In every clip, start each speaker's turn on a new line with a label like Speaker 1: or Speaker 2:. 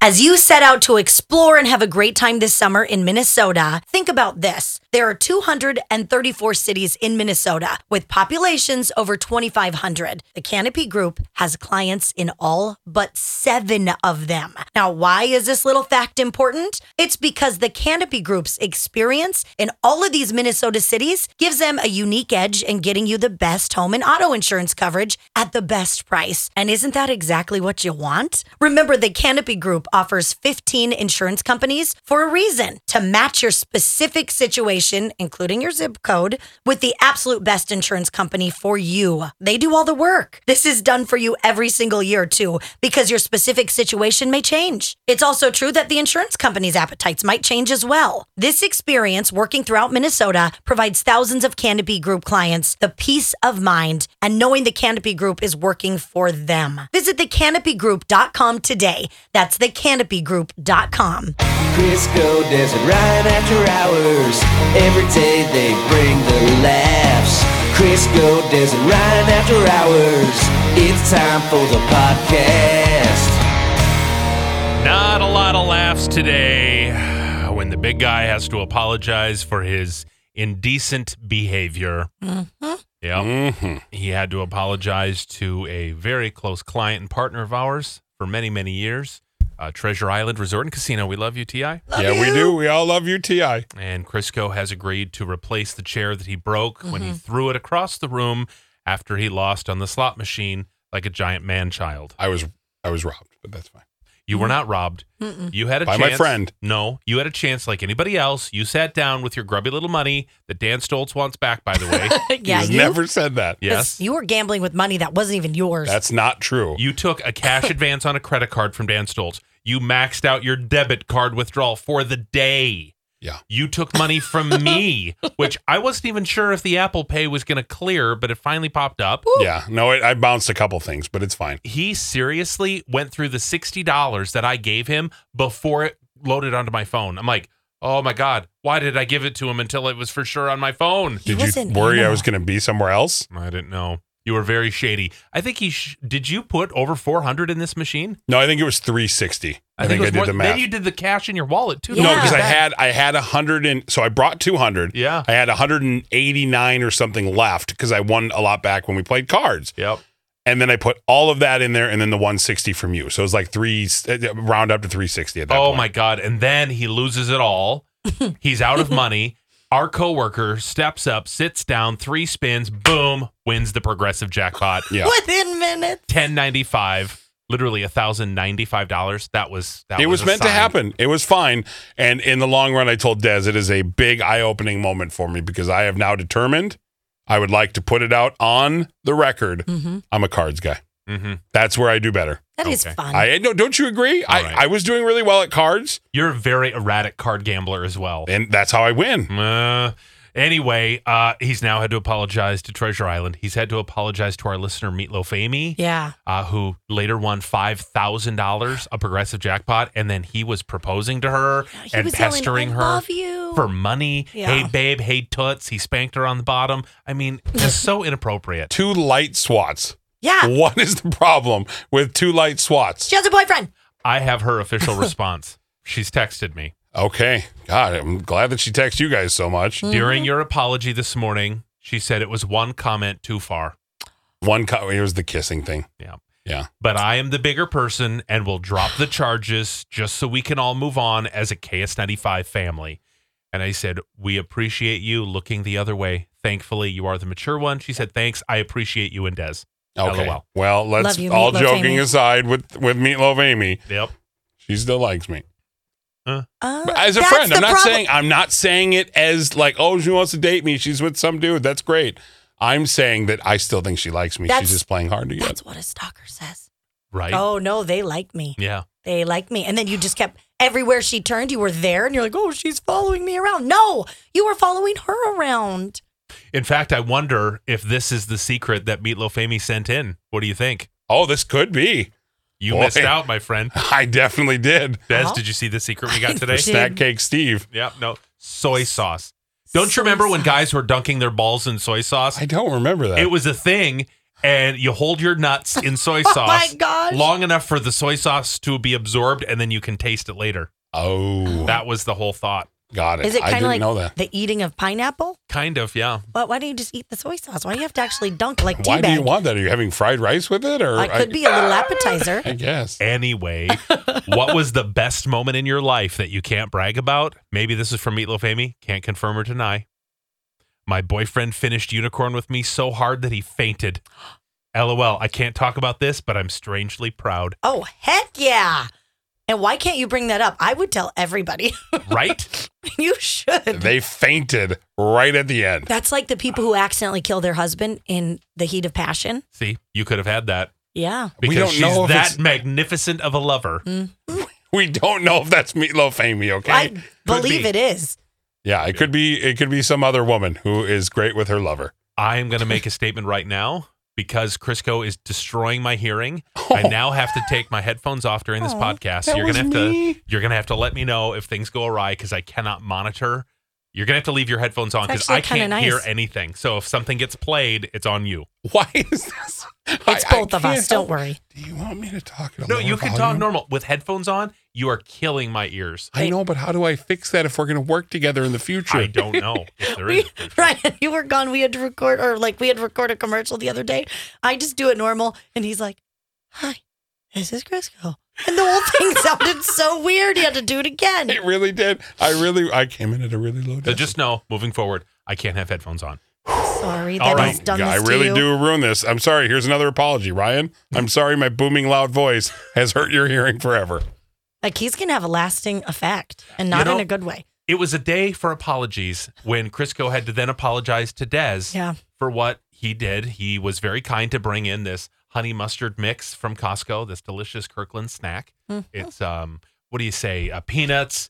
Speaker 1: As you set out to explore and have a great time this summer in Minnesota, think about this. There are 234 cities in Minnesota with populations over 2,500. The Canopy Group has clients in all but seven of them. Now, why is this little fact important? It's because the Canopy Group's experience in all of these Minnesota cities gives them a unique edge in getting you the best home and auto insurance coverage at the best price. And isn't that exactly what you want? Remember, the Canopy Group offers 15 insurance companies for a reason to match your specific situation, including your zip code, with the absolute best insurance company for you. They do all the work. This is done for you every single year, too, because your specific situation may change. It's also true that the insurance company's appetites might change as well. This experience working throughout Minnesota provides thousands of Canopy Group clients the peace of mind and knowing the Canopy Group is working for them. Visit thecanopygroup.com today. That's thecanopygroup.com.
Speaker 2: Crisco Desert right after hours. Every day they bring the laughs. Crisco Desert right after hours. It's time for the podcast.
Speaker 3: Not a lot of laughs today when the big guy has to apologize for his indecent behavior. Yeah.
Speaker 4: Mm-hmm.
Speaker 3: He had to apologize to a very close client and partner of ours for many, many years. Uh, Treasure Island Resort and Casino. We love you, T.I.
Speaker 4: yeah, we do. We all love you, Ti.
Speaker 3: And Crisco has agreed to replace the chair that he broke when he threw it across the room after he lost on the slot machine like a giant man child.
Speaker 4: I was I was robbed, but that's fine.
Speaker 3: You were not robbed. You had a
Speaker 4: By
Speaker 3: chance.
Speaker 4: my friend.
Speaker 3: No, you had a chance like anybody else. You sat down with your grubby little money that Dan Stoltz wants back, by the way.
Speaker 1: Yeah,
Speaker 4: He's
Speaker 1: you,
Speaker 4: never said that.
Speaker 3: yes.
Speaker 1: you were gambling with money that wasn't even yours.
Speaker 4: That's not true.
Speaker 3: You took a cash advance on a credit card from Dan Stoltz. You maxed out your debit card withdrawal for the day.
Speaker 4: Yeah.
Speaker 3: You took money from me, which I wasn't even sure if the Apple Pay was going to clear, but it finally popped up.
Speaker 4: Yeah. No, it, I bounced a couple things, but it's fine.
Speaker 3: He seriously went through the $60 that I gave him before it loaded onto my phone. I'm like, oh my God, why did I give it to him until it was for sure on my phone?
Speaker 1: He
Speaker 4: Did
Speaker 1: was
Speaker 4: you
Speaker 1: an
Speaker 4: worry I
Speaker 1: animal.
Speaker 4: was going to be somewhere else?
Speaker 3: I didn't know. You were very shady. I think he sh- did. You put over 400 in this machine.
Speaker 4: No, I think it was 360. I, think,
Speaker 3: it was
Speaker 4: I did
Speaker 3: more-
Speaker 4: the math.
Speaker 3: Then you did the cash in your wallet too.
Speaker 1: Yeah.
Speaker 4: No,
Speaker 3: Look
Speaker 4: because
Speaker 3: at
Speaker 4: I
Speaker 3: that.
Speaker 4: had I had a hundred and so I brought two hundred.
Speaker 3: Yeah.
Speaker 4: I had hundred and eighty nine or something left because I won a lot back when we played cards,
Speaker 3: Yep.
Speaker 4: and then I put all of that in there, and then the one sixty from you. So it was like three uh, round up to three sixty at that.
Speaker 3: Oh
Speaker 4: point.
Speaker 3: my god! And then he loses it all. He's out of money. Our coworker steps up, sits down, three spins, boom, wins the progressive jackpot.
Speaker 4: Yeah.
Speaker 1: Within minutes.
Speaker 3: ten ninety five, literally a thousand ninety five dollars. That was that
Speaker 4: It was,
Speaker 3: a
Speaker 4: meant to
Speaker 3: sign.
Speaker 4: happen. It was fine. And in the long run, I told Dez it is a big eye opening moment for me because I have now determined I would like to put it out on the record.
Speaker 3: Mm-hmm.
Speaker 4: I'm a cards guy.
Speaker 3: Mhm.
Speaker 4: That's where I do better.
Speaker 1: That is
Speaker 3: Okay.
Speaker 1: fun.
Speaker 4: I no, don't you agree? I,
Speaker 3: right.
Speaker 4: I was doing really well at cards,
Speaker 3: You're a very erratic card gambler as well.
Speaker 4: and that's how I win.
Speaker 3: Uh, anyway, uh, he's now had to apologize to Treasure Island. He's had to apologize to our listener Meatloaf Amy.
Speaker 1: yeah.
Speaker 3: uh, who later won five thousand dollars, a progressive jackpot, and then he was proposing to her
Speaker 1: He
Speaker 3: and
Speaker 1: was yelling,
Speaker 3: pestering
Speaker 1: "I
Speaker 3: her
Speaker 1: love you."
Speaker 3: for money.
Speaker 1: Yeah.
Speaker 3: Hey babe, hey toots. He spanked her on the bottom. I mean, just so inappropriate.
Speaker 4: Two light swats.
Speaker 1: Yeah.
Speaker 4: What is the problem with two light swats?
Speaker 1: She has a boyfriend.
Speaker 3: I have her official response. She's texted me
Speaker 4: Okay. God, I'm glad that she texts you guys so much.
Speaker 1: Mm-hmm.
Speaker 3: during your apology this morning. She said it was one comment too far.
Speaker 4: One, co- here's the kissing thing.
Speaker 3: Yeah.
Speaker 4: Yeah.
Speaker 3: But I am the bigger person and will drop the charges just so we can all move on as a KS95 family. And I said, We appreciate you looking the other way. Thankfully, you are the mature one. She said, Thanks. I appreciate you and Des.
Speaker 4: Okay.
Speaker 3: LOL.
Speaker 4: Well, let's
Speaker 1: Love you,
Speaker 4: all
Speaker 1: Meatloaf
Speaker 4: joking
Speaker 1: Amy.
Speaker 4: aside with with Meatloaf Amy,
Speaker 3: Yep.
Speaker 4: she still likes me.
Speaker 1: Uh,
Speaker 4: But as a
Speaker 1: that's
Speaker 4: friend,
Speaker 1: the
Speaker 4: I'm not
Speaker 1: problem.
Speaker 4: saying I'm not saying it as like, oh, she wants to date me. She's with some dude. That's great. I'm saying that I still think she likes me.
Speaker 1: That's-
Speaker 4: She's just playing hard to get.
Speaker 1: That's what a stalker says.
Speaker 3: Right.
Speaker 1: Oh, no, they like me.
Speaker 3: Yeah.
Speaker 1: They like me. And then you just kept everywhere she turned, you were there and you're like, oh, she's following me around. No, you were following her around.
Speaker 3: In fact, I wonder if this is the secret that Meatloaf Amy sent in. What do you think?
Speaker 4: Oh, this could be.
Speaker 3: You
Speaker 4: Boy.
Speaker 3: missed out, my friend.
Speaker 4: I definitely did.
Speaker 3: Des,
Speaker 1: Huh?
Speaker 3: did you see the secret we got
Speaker 1: Uh-huh. I
Speaker 3: today?
Speaker 1: did.
Speaker 4: Snack cake Steve.
Speaker 3: yeah. No. Soy sauce. Don't
Speaker 1: Soy
Speaker 3: you remember when
Speaker 1: sauce.
Speaker 3: guys were dunking their balls in soy sauce?
Speaker 4: I don't remember that.
Speaker 3: It was a thing, and you hold your nuts in soy sauce
Speaker 1: Oh my gosh.
Speaker 3: long enough for the soy sauce to be absorbed, and then you can taste it later.
Speaker 4: Oh,
Speaker 3: That was the whole thought.
Speaker 4: got it.
Speaker 1: Is it
Speaker 4: I
Speaker 1: kind
Speaker 4: didn't
Speaker 1: of like
Speaker 4: know that.
Speaker 1: the eating of pineapple?
Speaker 3: Kind of, yeah.
Speaker 1: Why, why don't you just eat the soy sauce? Why do you have to actually dunk like
Speaker 4: Why
Speaker 1: tea
Speaker 4: do you
Speaker 1: bag?
Speaker 4: want that? Are you having fried rice with it? Or
Speaker 1: I could be a little appetizer.
Speaker 4: I guess.
Speaker 3: Anyway, what was the best moment in your life that you can't brag about? Maybe this is from Meatloaf Amy. Can't confirm or deny. My boyfriend finished Unicorn with me so hard that he fainted. LOL, I can't talk about this, but I'm strangely proud.
Speaker 1: Oh, heck yeah. And why can't you bring that up? I would tell everybody.
Speaker 3: Right?
Speaker 1: you should.
Speaker 4: They fainted right at the end.
Speaker 1: That's like the people who accidentally kill their husband in the heat of passion.
Speaker 3: See, you could have had that
Speaker 1: Yeah.
Speaker 4: We
Speaker 3: because
Speaker 4: don't
Speaker 3: she's
Speaker 4: know if
Speaker 3: that
Speaker 4: it's-
Speaker 3: magnificent of a lover.
Speaker 4: We don't know if that's meatloaf Amy, okay?
Speaker 1: I believe
Speaker 3: be.
Speaker 1: it is.
Speaker 4: yeah, it could be it could be some other woman who is great with her lover.
Speaker 3: I am going to make a statement right now because Crisco is destroying my hearing. I now have to take my headphones off during this podcast.
Speaker 4: Oh. that
Speaker 3: you're gonna
Speaker 4: was
Speaker 3: have to
Speaker 4: me.
Speaker 3: you're gonna have to let me know if things go awry because I cannot monitor. You're gonna have to leave your headphones on because
Speaker 1: actually
Speaker 3: I
Speaker 1: kinda
Speaker 3: can't hear
Speaker 1: nice.
Speaker 3: anything. So if something gets played, it's on you.
Speaker 4: Why is this?
Speaker 1: It's both of us. Don't worry.
Speaker 4: Do you want me to talk? At a
Speaker 3: No,
Speaker 4: lower
Speaker 3: you can
Speaker 4: volume?
Speaker 3: talk normal with headphones on. You are killing my ears.
Speaker 4: I know, but how do I fix that if we're going to work together in the future?
Speaker 3: I don't know if there
Speaker 1: We,
Speaker 3: is.
Speaker 1: Ryan, you were gone. We had to record, or like we had to record a commercial the other day. I just do it normal. And he's like, Hi, this is Crisco. And the whole thing sounded so weird. He had to do it again.
Speaker 4: It really did. I really, I came in at a really low.
Speaker 3: So
Speaker 4: Decibel.
Speaker 3: just know, moving forward, I can't have headphones on.
Speaker 1: Sorry
Speaker 3: All
Speaker 1: that
Speaker 3: right.
Speaker 1: he's done
Speaker 4: Yeah,
Speaker 1: this
Speaker 4: I
Speaker 1: to
Speaker 4: really
Speaker 1: you.
Speaker 4: do ruin this. I'm sorry. Here's another apology, Ryan. I'm sorry. My booming loud voice has hurt your hearing forever.
Speaker 1: Like he's gonna have a lasting effect, and not in
Speaker 3: know-
Speaker 1: a good way.
Speaker 3: It was a day for apologies when Crisco had to then apologize to Dez
Speaker 1: Yeah.
Speaker 3: for what he did. He was very kind to bring in this honey mustard mix from Costco, this delicious Kirkland snack.
Speaker 1: Mm-hmm.
Speaker 3: It's um, what do you say? Uh, peanuts,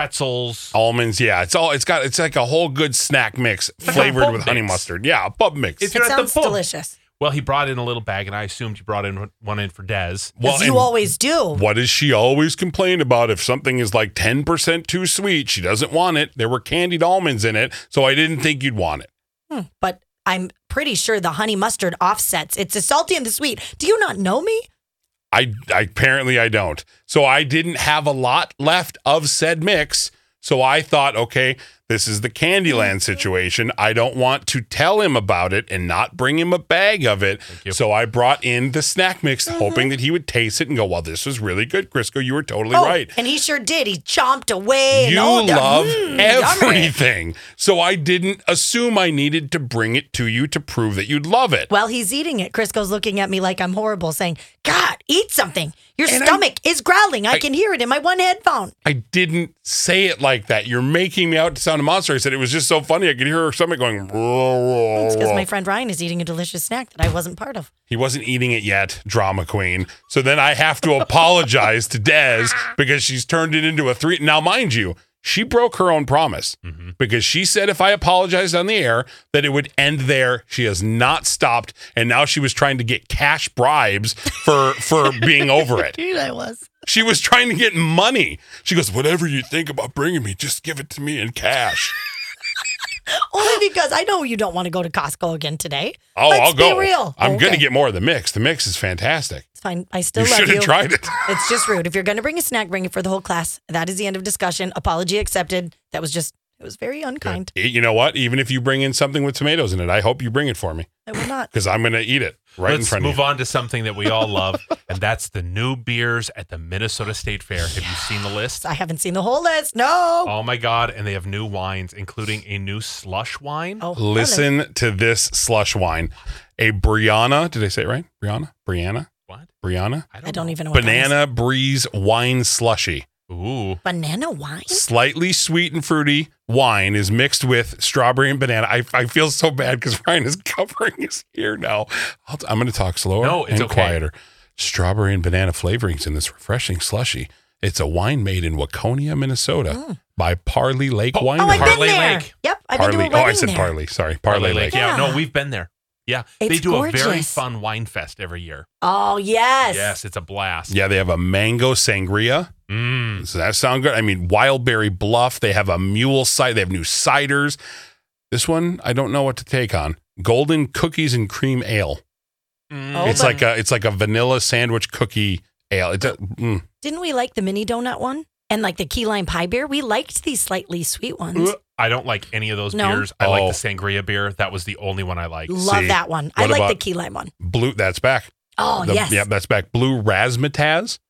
Speaker 3: pretzels.
Speaker 4: Almonds, yeah. It's all. It's got. It's like a whole good snack mix
Speaker 3: like a
Speaker 4: flavored
Speaker 3: pub
Speaker 4: with honey
Speaker 3: mix.
Speaker 4: mustard. Yeah, a pub mix.
Speaker 3: It's-
Speaker 1: It
Speaker 3: You're at the
Speaker 1: sounds
Speaker 3: pub.
Speaker 1: delicious.
Speaker 3: Well, he brought in a little bag, and I assumed you brought in one in for Dez.
Speaker 1: As you
Speaker 4: and
Speaker 1: always do.
Speaker 4: What does she always complain about? If something is like 10% too sweet, she doesn't want it. There were candied almonds in it, so I didn't think you'd want it.
Speaker 1: But I'm pretty sure the honey mustard offsets. It's the salty and the sweet. Do you not know me?
Speaker 4: I, I apparently I don't. So I didn't have a lot left of said mix. So I thought, okay, this is the Candyland situation. I don't want to tell him about it and not bring him a bag of it.
Speaker 3: you.
Speaker 4: So I brought in the snack mix,
Speaker 1: Mm-hmm.
Speaker 4: hoping that he would taste it and go, "Well, this was really good, Crisco. You were totally right."
Speaker 1: Oh, And he sure did. He chomped away. and
Speaker 4: you
Speaker 1: all the-
Speaker 4: love
Speaker 1: Mm, yummy.
Speaker 4: everything. So I didn't assume I needed to bring it to you to prove that you'd love it.
Speaker 1: While he's eating it, Crisco's looking at me like I'm horrible, saying, God, eat something. Your stomach is growling. I, can hear it in my one headphone.
Speaker 4: I didn't say it like that. You're making me out to sound a monster. I said it was just so funny. I could hear her stomach going. "Whoa,
Speaker 1: It's
Speaker 4: whoa,
Speaker 1: because
Speaker 4: whoa."
Speaker 1: my friend Ryan is eating a delicious snack that I wasn't part of.
Speaker 4: He wasn't eating it yet, drama queen. So then I have to apologize to Des because she's turned it into a three. Now, mind you, she broke her own promise because she said if I apologized on the air that it would end there. She has not stopped, and now she was trying to get cash bribes for for being over it.
Speaker 1: Dude, I was.
Speaker 4: She was trying to get money. She goes, whatever you think about bringing me, just give it to me in cash.
Speaker 1: Only because I know you don't want to go to Costco again today.
Speaker 4: Oh,
Speaker 1: Let's
Speaker 4: I'll go.
Speaker 1: Be real.
Speaker 4: I'm
Speaker 1: Okay.
Speaker 4: gonna get more of the mix. The mix is fantastic.
Speaker 1: It's fine. I still
Speaker 4: You
Speaker 1: love
Speaker 4: should
Speaker 1: you.
Speaker 4: have tried it.
Speaker 1: It's just rude. If you're going to bring a snack, bring it for the whole class. That is the end of discussion. Apology accepted. That was just, it was very unkind.
Speaker 4: Eh, You know what? Even if you bring in something with tomatoes in it, I hope you bring it for me
Speaker 1: I will not.
Speaker 4: because I'm going to eat it right in
Speaker 3: Let's
Speaker 4: front of
Speaker 3: move
Speaker 4: you.
Speaker 3: on to something that we all love, and that's the new beers at the Minnesota State Fair. Have you seen the list?
Speaker 1: I haven't seen the whole list. No.
Speaker 3: Oh my God! And they have new wines, including a new slush wine.
Speaker 1: Oh,
Speaker 4: Listen to this slush wine. A Brianna, did I say it right? Brianna? Brianna?
Speaker 3: What?
Speaker 4: Brianna?
Speaker 1: I don't
Speaker 3: know.
Speaker 1: even know what that is.
Speaker 4: Banana Breeze Wine Slushy.
Speaker 3: Ooh.
Speaker 1: Banana wine?
Speaker 4: Slightly sweet and fruity wine is mixed with strawberry and banana. I, I feel so bad because Ryan is covering his ear now. I'll, I'm going to talk slower
Speaker 3: No, it's
Speaker 4: and
Speaker 3: okay.
Speaker 4: quieter. Strawberry and banana flavorings in this refreshing slushy. It's a wine made in Waconia, Minnesota by Parley Lake Wine.
Speaker 1: Oh, I've
Speaker 4: Company.
Speaker 1: been
Speaker 3: Parlay
Speaker 1: there.
Speaker 3: Lake.
Speaker 1: Yep. I've
Speaker 4: Parley.
Speaker 1: been to
Speaker 4: Oh,
Speaker 1: a
Speaker 4: I
Speaker 1: wedding
Speaker 4: said
Speaker 1: there.
Speaker 4: Parley. Sorry, Parley,
Speaker 3: Parlay
Speaker 4: Lake.
Speaker 3: Lake. Yeah.
Speaker 1: Yeah.
Speaker 3: no, we've been there. Yeah.
Speaker 1: It's
Speaker 3: they do a very
Speaker 1: gorgeous.
Speaker 3: fun wine fest every year.
Speaker 1: Oh, yes.
Speaker 3: Yes, it's a blast.
Speaker 4: Yeah, they have a mango sangria.
Speaker 3: Mm.
Speaker 4: Does that sound good? I mean, Wildberry Bluff. They have a mule cider. They have new ciders. This one, I don't know what to take on. Golden cookies and cream ale.
Speaker 1: Oh,
Speaker 4: It's
Speaker 1: but
Speaker 4: like a it's like a vanilla sandwich cookie ale. It, do- mm.
Speaker 1: didn't we like the mini donut one and like the key lime pie beer? We liked these slightly sweet
Speaker 4: Uh,
Speaker 1: ones.
Speaker 3: I don't like any of those
Speaker 1: No.
Speaker 3: beers. I like
Speaker 4: Oh.
Speaker 3: the sangria beer. That was the only one I liked.
Speaker 1: Love
Speaker 4: see.
Speaker 1: that one. I
Speaker 4: What
Speaker 1: like the
Speaker 4: about-
Speaker 1: key lime one.
Speaker 4: Blue. That's back.
Speaker 1: Oh
Speaker 4: The-
Speaker 1: yes,
Speaker 4: Yep, that's back. Blue razzmatazz.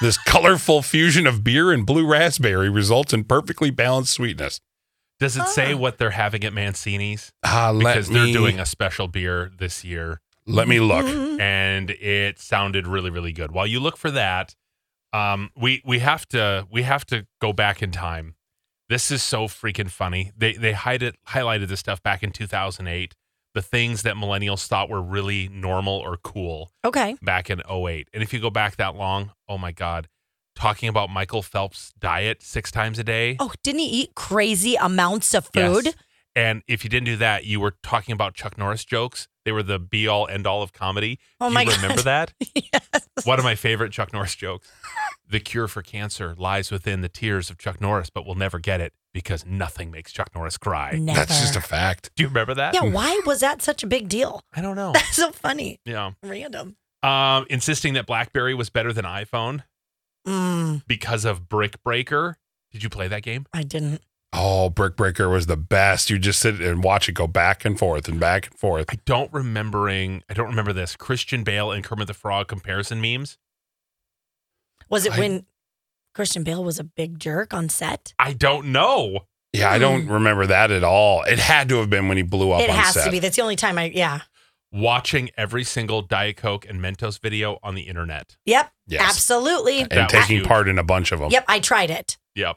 Speaker 4: This colorful fusion of beer and blue raspberry results in perfectly balanced sweetness.
Speaker 3: Does it say
Speaker 1: Ah.
Speaker 3: what they're having at Mancini's?
Speaker 4: Ah, let
Speaker 3: Because they're
Speaker 4: me-
Speaker 3: doing a special beer this year.
Speaker 4: Let me look.
Speaker 1: Mhm.
Speaker 3: and it sounded really really good while you look for that um we we have to we have to go back in time this is so freaking funny they they hide it, highlighted this stuff back in 2008 the things that millennials thought were really normal or cool
Speaker 1: Okay.
Speaker 3: back in 08 and if you go back that long oh my god talking about michael phelps diet six times a day
Speaker 1: Oh, didn't he eat crazy amounts of
Speaker 3: Yes.
Speaker 1: food?
Speaker 3: and if you didn't do that you were talking about chuck norris jokes they were the be all end all of comedy
Speaker 1: Oh
Speaker 3: Do
Speaker 1: my
Speaker 3: you remember
Speaker 1: god.
Speaker 3: that
Speaker 1: yes.
Speaker 3: One of my favorite Chuck Norris jokes. The cure for cancer lies within the tears of Chuck Norris, but we'll never get it because nothing makes Chuck Norris cry.
Speaker 1: Never.
Speaker 4: That's just a fact.
Speaker 3: Do you remember that?
Speaker 1: yeah. Why was that such a big deal?
Speaker 3: I don't
Speaker 4: Oh.
Speaker 3: know.
Speaker 1: That's so funny.
Speaker 3: yeah.
Speaker 1: Random.
Speaker 3: Um, insisting that Blackberry was better than iPhone
Speaker 1: Mm,
Speaker 3: because of Brick Breaker. Did you play that game?
Speaker 1: I didn't.
Speaker 4: Oh, Brick Breaker was the best. You just sit and watch it go back and forth and back and forth.
Speaker 3: I don't remembering. I don't remember this. Christian Bale and Kermit the Frog comparison memes.
Speaker 1: Was it
Speaker 4: I-
Speaker 1: when Christian Bale was a big jerk on set?
Speaker 3: I don't know.
Speaker 4: Yeah, I don't remember that at all. It had to have been when he blew up
Speaker 1: Hmm. it
Speaker 4: on
Speaker 1: has
Speaker 4: set.
Speaker 1: to be. That's the only time I. Yeah.
Speaker 3: Watching every single Diet Coke and Mentos video on the internet.
Speaker 1: Yep.
Speaker 4: Yes.
Speaker 1: Absolutely.
Speaker 3: That
Speaker 4: and
Speaker 3: was
Speaker 4: taking
Speaker 3: huge.
Speaker 4: part in a bunch of them.
Speaker 1: Yep. I tried it.
Speaker 3: Yep.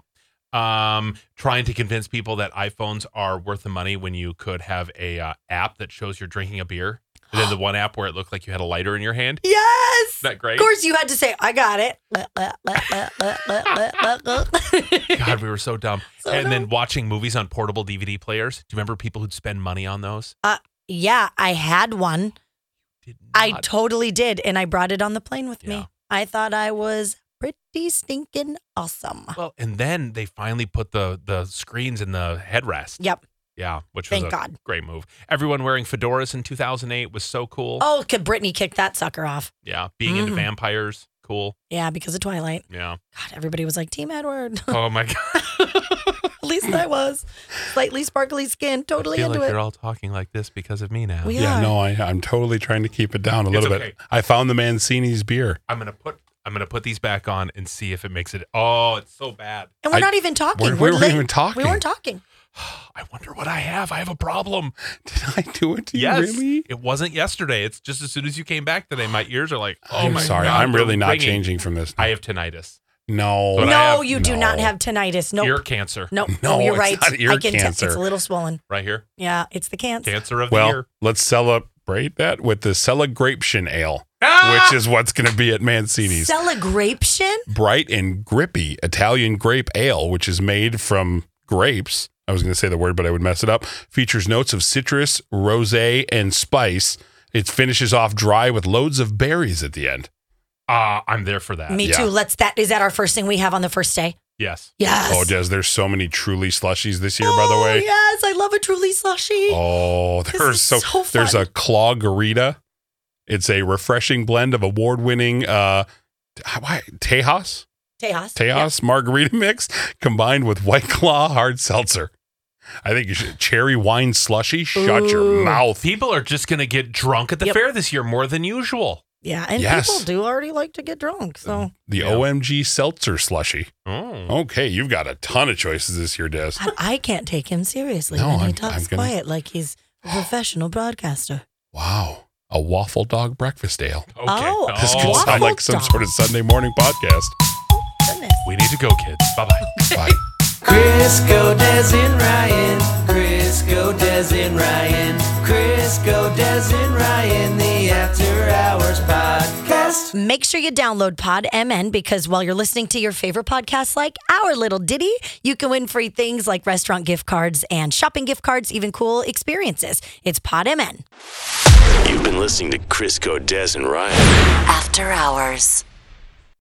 Speaker 3: Um, trying to convince people that iPhones are worth the money when you could have a uh, app that shows you're drinking a beer, and then the one app where it looked like you had a lighter in your hand.
Speaker 1: Yes.
Speaker 3: Is that
Speaker 1: Of
Speaker 3: great?
Speaker 1: course, you had to say, "I got it." God,
Speaker 3: God, we were so dumb.
Speaker 1: Oh,
Speaker 3: and then watching movies on portable DVD players. Do you remember people who'd spend money on those?
Speaker 1: yeah, I had one.
Speaker 3: Did
Speaker 1: I
Speaker 3: not.
Speaker 1: totally did, and I brought it on the plane with
Speaker 3: Yeah.
Speaker 1: me. I thought I was pretty stinking awesome.
Speaker 3: well, and then they finally put the the screens in the headrest.
Speaker 1: Yep.
Speaker 3: Yeah, which was
Speaker 1: Thank
Speaker 3: a
Speaker 1: God.
Speaker 3: great move. Everyone wearing fedoras in 2008 was so cool.
Speaker 1: Oh, could Britney kick that sucker off?
Speaker 3: Yeah, being into
Speaker 1: Mhm.
Speaker 3: vampires, cool.
Speaker 1: Yeah, because of Twilight.
Speaker 3: Yeah.
Speaker 1: God, everybody was like Team Edward.
Speaker 3: Oh my god.
Speaker 1: At least I was. Slightly sparkly skin, totally
Speaker 3: I feel
Speaker 1: into
Speaker 3: like
Speaker 1: it.
Speaker 3: you're all talking like this because of me now.
Speaker 1: We
Speaker 4: Yeah,
Speaker 1: are.
Speaker 4: no, I, I'm totally trying to keep it down a
Speaker 3: It's
Speaker 4: little
Speaker 3: okay.
Speaker 4: bit. I found the Mancini's beer.
Speaker 3: I'm gonna put I'm gonna put these back on and see if it makes it. Oh, it's so bad.
Speaker 1: and we're
Speaker 4: I-
Speaker 1: not even talking. We're
Speaker 4: We're, we were
Speaker 1: lit-
Speaker 4: not even talking.
Speaker 1: We weren't talking.
Speaker 3: I wonder what I have. I have a problem.
Speaker 4: Did I do it to
Speaker 3: Yes,
Speaker 4: you? Really?
Speaker 3: it wasn't yesterday. It's just as soon as you came back today, my ears are like, oh
Speaker 4: I'm
Speaker 3: my
Speaker 4: sorry.
Speaker 3: God,
Speaker 4: I'm really
Speaker 3: they're
Speaker 4: not
Speaker 3: ringing.
Speaker 4: changing from this.
Speaker 3: I have tinnitus,
Speaker 4: no.
Speaker 3: But
Speaker 1: no,
Speaker 3: I have-
Speaker 1: you do
Speaker 4: no.
Speaker 1: not have tinnitus. Nope.
Speaker 3: ear cancer,
Speaker 1: Nope.
Speaker 4: No,
Speaker 1: oh, you're
Speaker 4: it's
Speaker 1: right.
Speaker 4: not ear
Speaker 1: I can tell it's
Speaker 4: cancer.
Speaker 1: a little swollen.
Speaker 3: right here,
Speaker 1: Yeah, it's the cancer.
Speaker 3: cancer of
Speaker 4: well,
Speaker 3: the ear.
Speaker 4: let's celebrate that with the Celebration Ale,
Speaker 3: Ah!
Speaker 4: which is what's going to be at Mancini's.
Speaker 1: Celebration?
Speaker 4: Bright and grippy Italian grape ale, which is made from grapes. I was going to say the word, but I would mess it up. Features notes of citrus, rose, and spice. It finishes off dry with loads of berries at the end.
Speaker 3: Ah, I'm there for that.
Speaker 1: Me
Speaker 4: yeah.
Speaker 1: too. Let's that is that our first thing we have on the first day?
Speaker 3: Yes.
Speaker 1: Yes.
Speaker 4: Oh, Des, there's so many truly slushies this year, by the
Speaker 1: Oh,
Speaker 4: way.
Speaker 1: Yes, I love a truly slushy.
Speaker 4: Oh,
Speaker 1: This
Speaker 4: there's
Speaker 1: is
Speaker 4: so,
Speaker 1: so fun.
Speaker 4: there's a Clawgarita. It's a refreshing blend of award-winning uh why Tejas
Speaker 1: Tejas.
Speaker 4: Tejas margarita mix combined with White Claw hard seltzer. I think you should cherry wine slushy. Shut your
Speaker 1: Ooh.
Speaker 4: mouth.
Speaker 3: People are just gonna get drunk at the
Speaker 1: Yep.
Speaker 3: fair this year more than usual.
Speaker 1: Yeah, and
Speaker 4: Yes. Mm.
Speaker 1: people do already like to get drunk. So
Speaker 4: The
Speaker 3: Yeah.
Speaker 4: OMG seltzer slushy.
Speaker 3: Oh.
Speaker 4: Okay, you've got a ton of choices this year, Des.
Speaker 1: God, I can't take him seriously
Speaker 4: No,
Speaker 1: when he
Speaker 4: I'm-
Speaker 1: talks
Speaker 4: I'm gonna-
Speaker 1: quiet like he's a professional broadcaster.
Speaker 4: Wow, a waffle dog breakfast ale.
Speaker 3: Okay.
Speaker 1: Oh,
Speaker 4: This
Speaker 1: Oh.
Speaker 4: could sound like some
Speaker 1: Waffle
Speaker 4: sort of Sunday morning podcast.
Speaker 1: Goodness.
Speaker 3: we need to go, kids. Bye bye.
Speaker 4: Bye.
Speaker 2: Crisco Des and Ryan. Crisco Des and Ryan. Crisco Des and Ryan. The After Hours Podcast.
Speaker 1: Make sure you download Pod MN because while you're listening to your favorite podcasts like Our Little Ditty, you can win free things like restaurant gift cards and shopping gift cards, even cool experiences. It's Pod MN.
Speaker 5: You've been listening to Crisco, Des, and Ryan.
Speaker 6: After Hours.